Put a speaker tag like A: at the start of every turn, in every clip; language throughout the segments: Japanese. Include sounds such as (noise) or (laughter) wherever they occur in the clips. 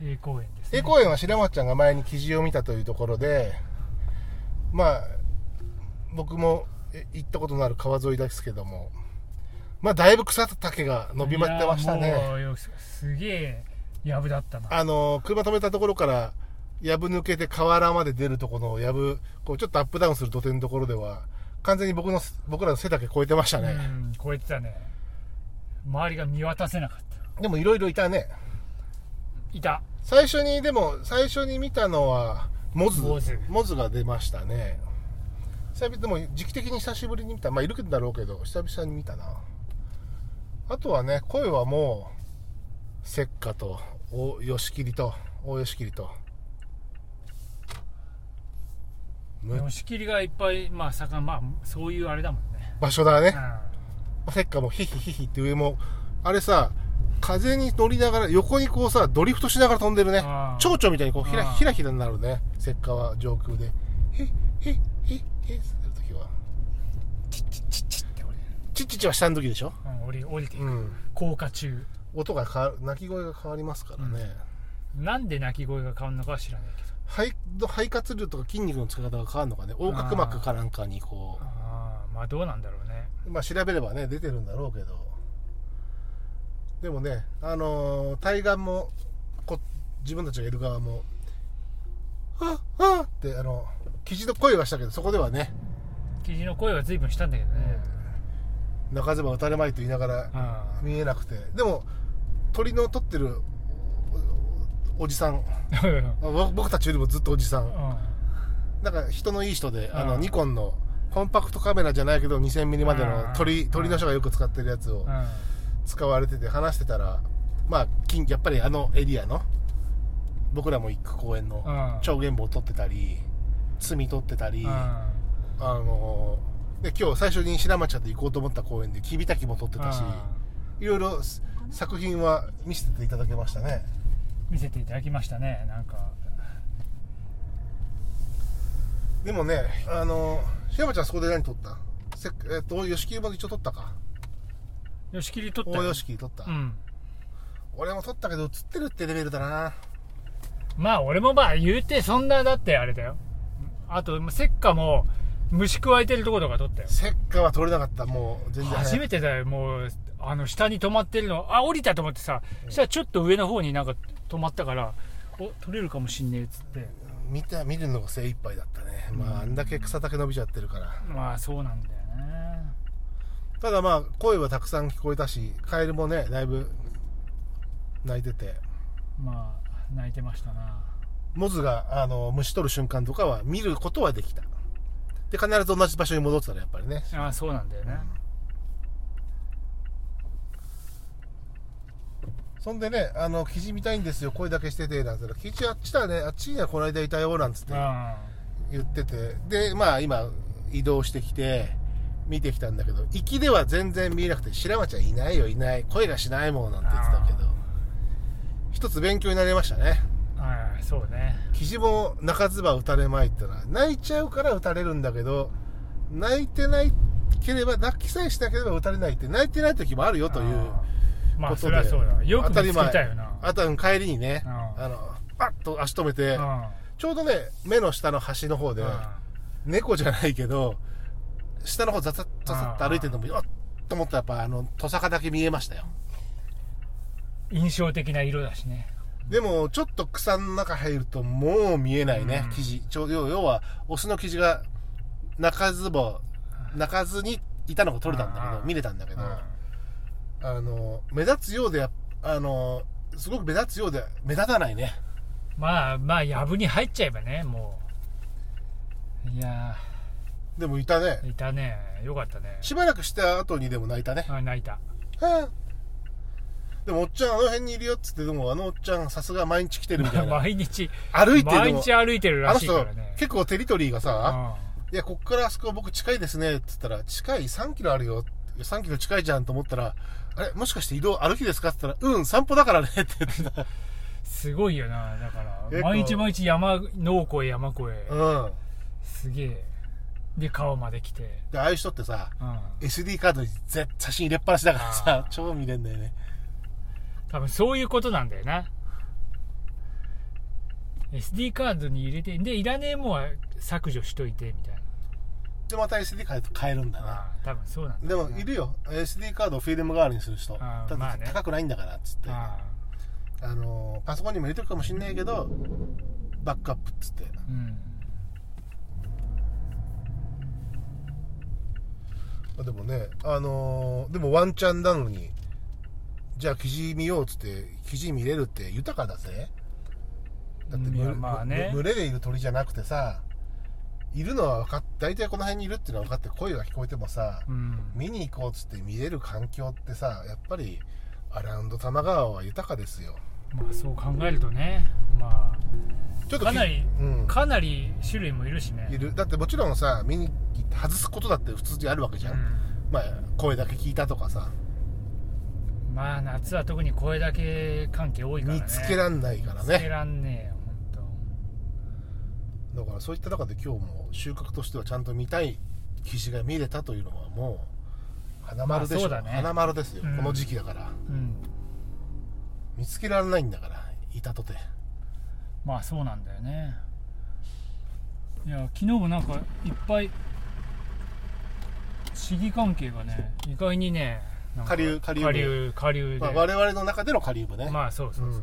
A: 江公園です、ね、
B: 江公園は白松ちゃんが前に記事を見たというところでまあ僕もえ行ったことのある川沿いですけどもまあだいぶ草丈が伸びまってました
A: いやー
B: ね
A: もうよすすげえやぶだったな
B: あの車止めたところからやぶ抜けて河原まで出るところのやぶこうちょっとアップダウンする土手のところでは完全に僕の僕らの背丈超えてました
A: う
B: ね、
A: ん超えてたね周りが見渡せなかった
B: でもいろいろいたね
A: いた
B: 最初にでも最初に見たのはモズ
A: モズ
B: モズが出ましたね久々でも時期的に久しぶりに見たまあいるんだろうけど久々に見たなあとはね声はもうセッカと大吉切と大吉切とむ
A: 吉切がいっぱいまあ盛んまあそういうあれだもんね
B: 場所だね
A: う
B: セッカもヒヒヒヒって上もあれさ風に乗りながら横にこうさドリフトしながら飛んでるね
A: あー
B: 蝶々みたいにこうひら
A: あー
B: ひらひらになるねセッカは上空でヒッヒッヒッヒッってやるときは
A: んチッチッチッチッって降り
B: チッチッチは下の時でしょ
A: る、うん、降り降りていく、
B: うん
A: 降下中
B: 音が変わる鳴き声が変わりますからね、
A: なんで鳴き声が変わるのかは知らないけど
B: 肺の肺活量とか筋肉の使い方が変わるのかね横隔膜かなんかにこ
A: ああまあどうなんだろうね
B: うまあ調べればね出てるんだろうけどでもねあのー対岸もこ自分たちがいる側も「ああってあの記事の声はしたけどそこではね
A: キジの声は随分したんだけどね、
B: 「泣かぜば打たれまい」と言いながら
A: あ
B: 見えなくてでも鳥の撮ってるおおおじさん
A: あうん
B: ぼ僕たちよりもずっとおじさんなんか人のいい人で、あの
A: うん
B: ニコンのコンパクトカメラじゃないけど 2000mm まで
A: う
B: の
A: ん
B: 鳥,、
A: うん
B: 鳥の人がよく使ってるやつを
A: うん
B: 使われてて話してたら、まあ、近やっぱりあのエリアの僕らも行く公園の
A: うん
B: 超原棒撮ってたり罪撮ってたり、
A: うん
B: あので今日最初に白町ゃんと行こうと思った公園でキビタキも撮ってたし、いろいろす作品は見せていただけましたね
A: 見せていただきましたねなんか
B: でもねあの白町ゃんそこで何撮ったせっえっと吉木も一応撮ったか
A: 吉切り取った
B: 大
A: よ
B: 吉木撮った、
A: うん
B: 俺も撮ったけど映ってるってレベルだな
A: まあ俺もまあ言うてそんなだってあれだよあとせっかも虫くわえてるところとか取ったよ
B: せっかは撮れなかったもう全然
A: 初めてだよもうあの下に止まってるのあ降りたと思ってさそしたらちょっと上の方になんか止まったからお取れるかもしんねえっつって
B: 見た見るのが精一杯だったね、まああんだけ草丈伸びちゃってるから
A: まあそうなんだよね
B: ただまあ声はたくさん聞こえたしカエルもねだいぶ泣いてて
A: まあ泣いてましたな
B: モズがあの虫取る瞬間とかは見ることはできたで必ず同じ場所に戻ってたらやっぱりね
A: ああそうなんだよね、
B: そんでねあの「キジ見たいんですよ声だけしてて」なんて言ったら「キジあっちだねあっちにはこの間いたよ」なんつって
A: うん
B: 言っててでまあ今移動してきて見てきたんだけど行きでは全然見えなくて白町はいないよいない声がしないもんなんて言ってたけど一つ勉強になりましたね
A: ああそうね
B: キジも泣かずば打たれまいってのは泣いちゃうから打たれるんだけど泣いてないければ泣きさえしなければ打たれないって泣いてない時もあるよという
A: ああま
B: こ
A: あ
B: と
A: そ
B: で
A: れはそうだよく見つけたよな
B: あとは帰りにね
A: うん
B: あのパッと足止めて
A: う
B: ちょうどね目の下の端の方で
A: ん
B: 猫じゃないけど下の方ザザッザザッと歩いてるのもよっと思ったらやっぱあのトサカだけ見えましたよ
A: うん印象的な色だしね
B: でもちょっと草の中入るともう見えないね、
A: うん
B: 生地ちょ要要はオスの生地が鳴かずぼ鳴かずにいたのが取れたんだけど、
A: うん
B: 見れたんだけ
A: う
B: ど、
A: ん
B: あの目立つようでやっあのすごく目立つようで目立たないね
A: まあまあやぶに入っちゃえばねもういや
B: でもいたね
A: ーいたねよかったね
B: しばらくした後にでも泣いたね、
A: あ泣いた
B: はあでもおっちゃんあの辺にいるよっつってでもあのおっちゃんさすが毎日来てるみたいな
A: (laughs) 毎日
B: 歩いてる
A: 毎日歩いてる
B: あ
A: ら
B: の
A: しいか
B: 人
A: らね、
B: 結構テリトリーがさ、
A: 構
B: いや、こっからあそこ僕近いですねって言ったら、近い3キロあるよ。いや3キロ近いじゃんと思ったら、あれもしかして移動歩きですかって言ったら、うん、散歩だからねって言ってた。
A: すごいよなだか
B: 結
A: ら
B: 構
A: 毎日毎日山農越え山越え、
B: うん。
A: すげえで川まで来て、
B: で、ああいう人ってさ、
A: うん、
B: SD カードに絶写真入れっぱなしだからさ
A: あ、ー
B: 超見れんだよね。
A: 多分そういうことなんだよな SD カードに入れてでいらねえもんは削除しといてみたいな
B: でまた SD カード変えるんだな
A: ああ多分そうなんだ
B: でもいるよ SD カードをフィルム代わりにする人
A: あ
B: だ
A: ーまあ
B: っ
A: ね
B: て高くないんだからっつって、
A: あ
B: あのーパソコンにも入れてるかもしんないけどバックアップっつって
A: あうん
B: まあでもねあのーでもワンチャンなのにじゃあ記事見ようっつって記事見れるって豊かだぜだって
A: い
B: 群
A: や
B: れ,、
A: まあね
B: 群れでいる鳥じゃなくてさいるのは分かっ大体この辺にいるっていうのは分かって声が聞こえてもさ、
A: うん
B: 見に行こうっつって見れる環境ってさやっぱりアラウンド多摩川は豊かですよ
A: まあそう考えるとねま
B: ちょっ
A: あかなり、
B: うん、
A: かなり種類もいるしね
B: いるだってもちろんさ見に行って外すことだって普通にあるわけじゃん、
A: う
B: まあ声だけ聞いたとかさ
A: んまあ夏は特に声だけ関係多いからね
B: 見つけらんないからね
A: 見つけらんねえよ本
B: だからそういった中で今日も収穫としてはちゃんと見たい記事が見れたというのはもう花丸でしょ、
A: まあそうだね
B: 花丸ですよ、
A: うん
B: この時期だから
A: 当うん
B: 見つけられないんだからいたとて
A: まあそうなんだよねいや昨日もなんかいっぱい市議関係がね意外にねなん
B: 下
A: か
B: 流下流
A: 下流下流で、
B: まあ、我々の中でのカリウムね、
A: まあそうそうそう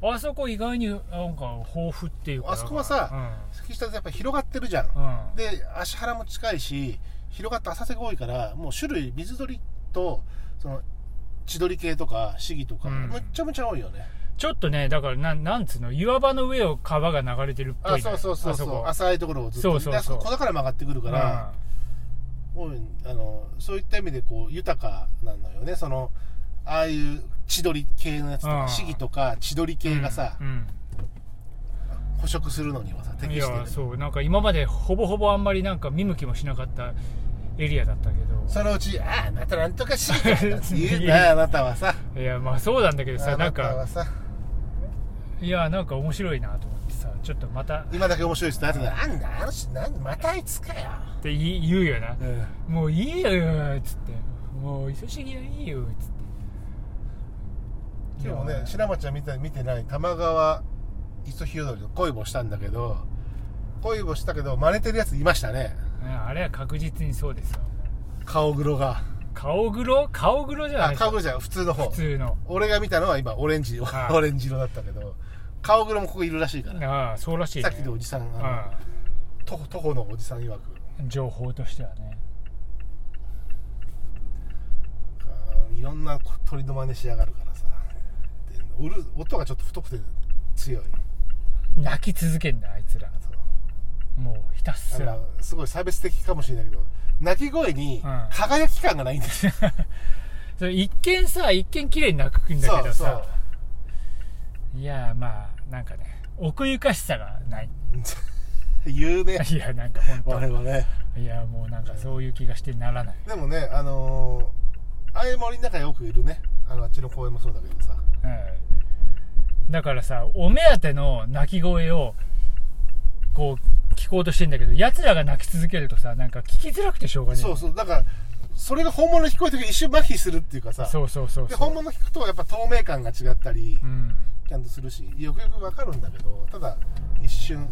A: そう、あそこ意外になんか豊富っていうか
B: あそこはさ、月下ってやっぱ広がってるじゃん
A: うんうん
B: で芦原も近いし広がって浅瀬が多いからもう種類水鳥とその千鳥系とかシギとか、
A: うん
B: むっちゃむちゃ多いよね
A: ちょっとねだからなんなんつうの岩場の上を川が流れてるっぽい、ね、
B: あそうそうそうそう
A: あこ
B: 浅いところをずっと
A: そうそうそう
B: であそこだから曲がってくるから、多いあのそういった意味でこう豊かなのよねそのああいう千鳥系のやつと
A: う
B: か
A: ん
B: シギとか千鳥
A: うん
B: 系がさ、
A: うん
B: 捕食するのにはさ
A: うん
B: 適
A: い
B: してる
A: やそうなんか今までほぼほぼあんまりなんか見向きもしなかったエリアだったけど
B: そのうち「あああなたなんとかシギだ」って言う
A: (laughs)
B: なあなたはさ
A: いやまあそうなんだけど
B: あ
A: さな
B: なんたは
A: か
B: さ
A: いやなんか面白いなと思ってさちょっとまたっ
B: 今だけ面白いっすね後で「なんだあの人なんまたあいつかよ」
A: て言い言うよな
B: う、ん
A: もういいよっつってもう忙しぎはいいよっつって
B: 今日も
A: い
B: ね
A: や
B: 白町は見て見てない玉川磯日踊りの恋もしたんだけど恋もしたけど真似てるやついましたね
A: うんあれは確実にそうですよ
B: 顔黒が
A: 顔黒顔黒じゃな
B: あ
A: い
B: 顔黒じゃん普通の方
A: 普通の
B: 俺が見たのは今オレンジ
A: はい
B: オレンジ色だったけど顔黒もここいるらしいから、
A: ああそうらしい、ね、
B: さっきのおじさんあの
A: あ
B: 徒歩徒歩のおじさん曰く
A: あ情報としてはね
B: あーいろんな鳥の真似しやがるからさでうる音がちょっと太くて強い
A: 泣き続けんだあいつら
B: そう
A: もうひたす
B: あ
A: ら
B: のすごい差別的かもしれないけど鳴き声に
A: うん
B: 輝き感がないんですよ、
A: (laughs) それ一見さ一見綺麗に泣く (laughs) んだけど
B: そう
A: さいやまあなんかね奥ゆかしさがない
B: そう言う
A: (laughs)
B: ね
A: いやなんか本当
B: 我々ね
A: いやもうなんかそういう気がしてならない、
B: でもねあのーああいう森の中よくいるねあのあっちの公園もそうだけどさ
A: うん、だからさお目当ての鳴き声をこう聞こうとしてんだけど奴らが泣き続けるとさなんか聞きづらくてしょうがねえ
B: そうそうだからそれが本物に聞こえてくる一瞬麻痺するっていうかさ
A: そうそうそう
B: で
A: そう
B: 本物聞くとやっぱ透明感が違ったり
A: うん
B: ちゃんとするしよくよくわかるんだけどただ一瞬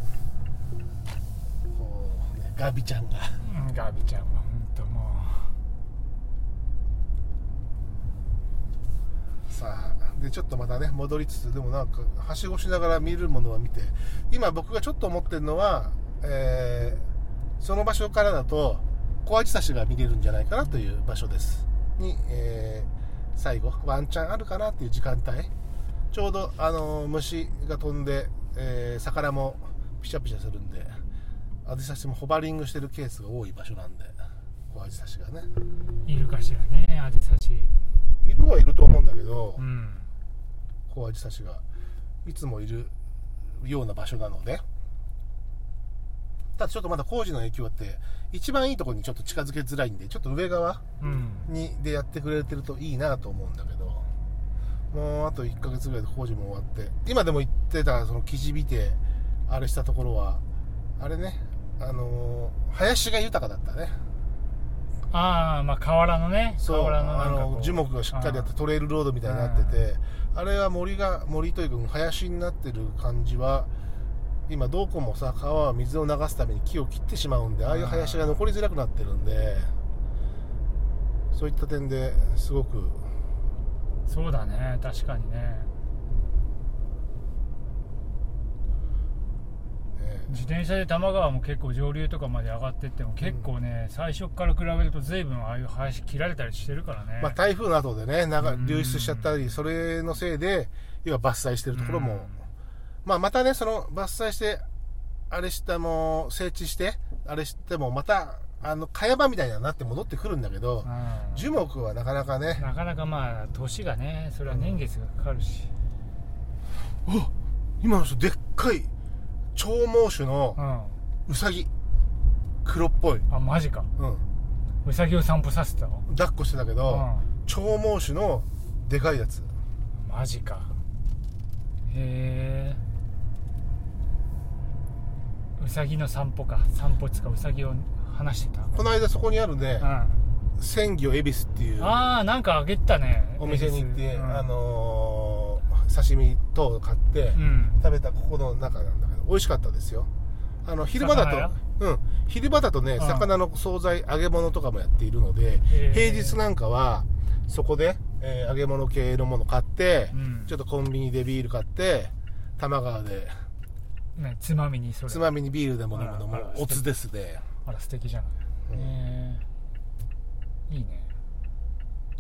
B: こう、ね、ガビちゃんが
A: うんガビちゃんは本当も
B: さあでちょっとまたね戻りつつでもなんかはしごしながら見るものは見て今僕がちょっと思ってるのは、えーその場所からだと小アジサシが見れるんじゃないかなという場所ですに、えー最後ワンチャンあるかなっていう時間帯ちょうど、あのー虫が飛んで、えー魚もピシャピシャするんでアジサシもホバリングしてるケースが多い場所なんで小アジサシがね
A: ういるかしらねアジサシ
B: いるはいると思うんだけど、
A: うん
B: コアジサシがいつもいるような場所なのでただちょっとまだ工事の影響って一番いいところにちょっと近づけづらいんでちょっと上側
A: うん
B: にでやってくれてるといいなと思うんだけどもうあと1ヶ月ぐらいで工事も終わって今でも言ってたその記事見てあれしたところはあれねあのー林が豊かだったね
A: ああまあ河原のね
B: そう
A: 河原の
B: あ
A: なんかこ
B: の
A: う
B: 樹木がしっかりあってトレイルロードみたいになっててあれは森が森というか林になってる感じは今どこもさ川は水を流すために木を切ってしまうんでああいう林が残りづらくなってるんでそういった点ですごく
A: そうだね確かにね
B: ね
A: 自転車で多摩川も結構上流とかまで上がってっても結構ね、最初から比べると随分ああいう林切られたりしてるからね、
B: まあ、台風の後でね、
A: う
B: 長
A: ん
B: 流出しちゃったり、それのせいで、要は伐採してるところも、
A: うん
B: まあ、またね、その伐採して、あれしたも、整地して、あれしても、また、あの、茅場みたいにはなって戻ってくるんだけど、
A: うん
B: 樹木はなかなかね、
A: なかなかまあ年がねそれは年月がかかるし、
B: うわ今の人、でっかい、長毛種の
A: うん、
B: うさぎ、黒っぽい、
A: あマジか
B: うん、
A: ウサギを散歩させてたの
B: 抱っこしてたけ
A: う
B: ど、
A: ん
B: 長毛種のでかいやつ。
A: マジかへえウサギの散歩か散歩っつうかウサギを話してた、
B: この間そこにあるね
A: うん、あ
B: 鮮魚恵比寿っていう
A: あなんかあげてたね
B: お店に行って、
A: うん
B: あのー刺身等を買って
A: うん
B: 食べたここの中なんだけど美味しかったですよあの昼間
A: 魚や
B: だと、うん、昼間だとね、
A: ん
B: 魚の惣菜揚げ物とかもやっているので
A: へー
B: 平日なんかはそこで、えー揚げ物系のもの買って、
A: うん
B: ちょっとコンビニでビール買って多摩川で
A: ね、つまみにそれ
B: つまみにビールでも飲むの
A: あら
B: も
A: あら
B: おつですで
A: あら素敵じゃな
B: う
A: い、
B: ん
A: へえいいね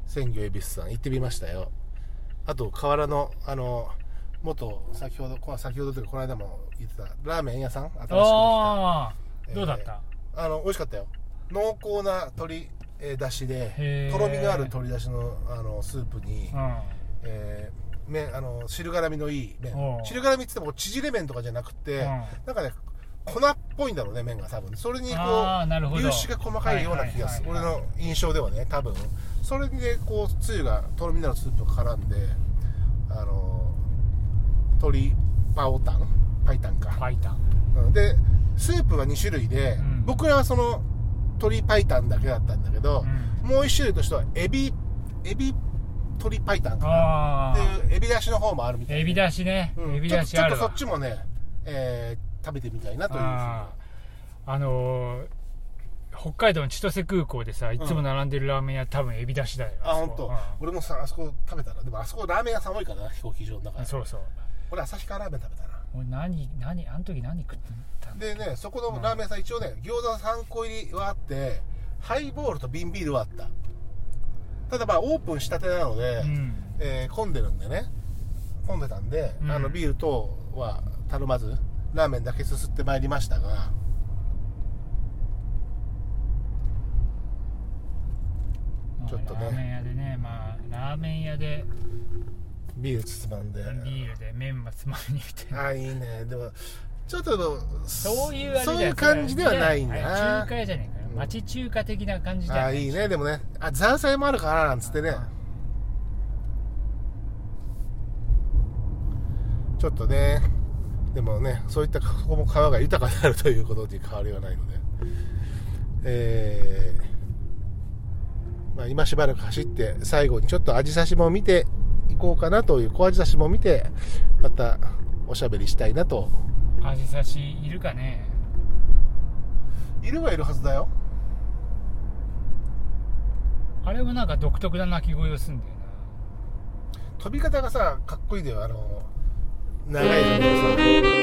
B: 鮮魚恵比寿さん行ってみましたよあと河原のあの元先ほどこ先ほどというかこの間も言ってたラーメン屋さん新しくできたあ
A: ああ
B: えー
A: どうだった、
B: の美味しかったよ濃厚な鶏えー出汁
A: へ
B: で
A: ー
B: とろみのある鶏出汁のあのスープに、
A: う
B: えー麺あの汁絡みのいい麺
A: おう
B: 汁絡みっつっても縮れ麺とかじゃなくて、
A: うん
B: なんかね粉っぽいんだろうね麺が多分それにこう
A: あーなるほど
B: 粒子が細かいような気がする、
A: はいはいはいはい
B: 俺の印象ではね多分それにねこうつゆがとろみのあるスープが絡んであの鶏パオタンパイタン
A: ん
B: か、
A: パイタン
B: うんでスープが2種類で、
A: うん
B: 僕らはその鶏パイタンだけだったんだけど、もう1種類としてはエビエビ鶏パイタンかな
A: ああ
B: っていうエビ出しの方もあるみたい
A: エビだしね、
B: うん
A: エビだしある
B: ちょっ
A: わ
B: とちょっとそっちもね、えー食べてみたいなというふうに
A: あーあのー北海道の千歳空港でさいつも並んでるラーメン屋、多分エビだしだよ
B: あ
A: そ
B: 本
A: こ
B: 当、俺もさあそこ食べたらでもあそこラーメン屋さん多いからな飛行機場の中
A: うん
B: で
A: そうそう
B: 俺旭川ラーメン食べたな
A: 俺何何あの時何食ってたんだ
B: でねそこのラーメン屋さん一応ね餃子3個入りはあってハイボールと瓶ビールはあったただまあオープンしたてなので、
A: うん
B: えー混んでるんでね混んでたんで、
A: うん
B: あのビール等は頼まずラーメンだけすすってまいりましたがちょっとね
A: ラーメン屋でねまあラーメン屋で
B: ビールつつまんで
A: ビールで麺ばつまみにみたいな
B: あいいねでもちょっと
A: そういうあれだよ
B: そういう感じではないんだ
A: あれ
B: な
A: 中華屋じゃねえかよ
B: うん
A: 町中華的な感じだよ
B: あいいねでもねあザーサイもあるからなんつってねちょっとねでもねそういったここも川が豊かになるということに変わりはないのでえーまあ、今しばらく走って最後にちょっとアジサシも見ていこうかなという小アジサシも見てまたおしゃべりしたいなと
A: アジサシいるかね
B: いるはいるはずだよ
A: あれもなんか独特な鳴き声をすんだよ
B: 飛び方がさかっこいいんだよあの長いのをさ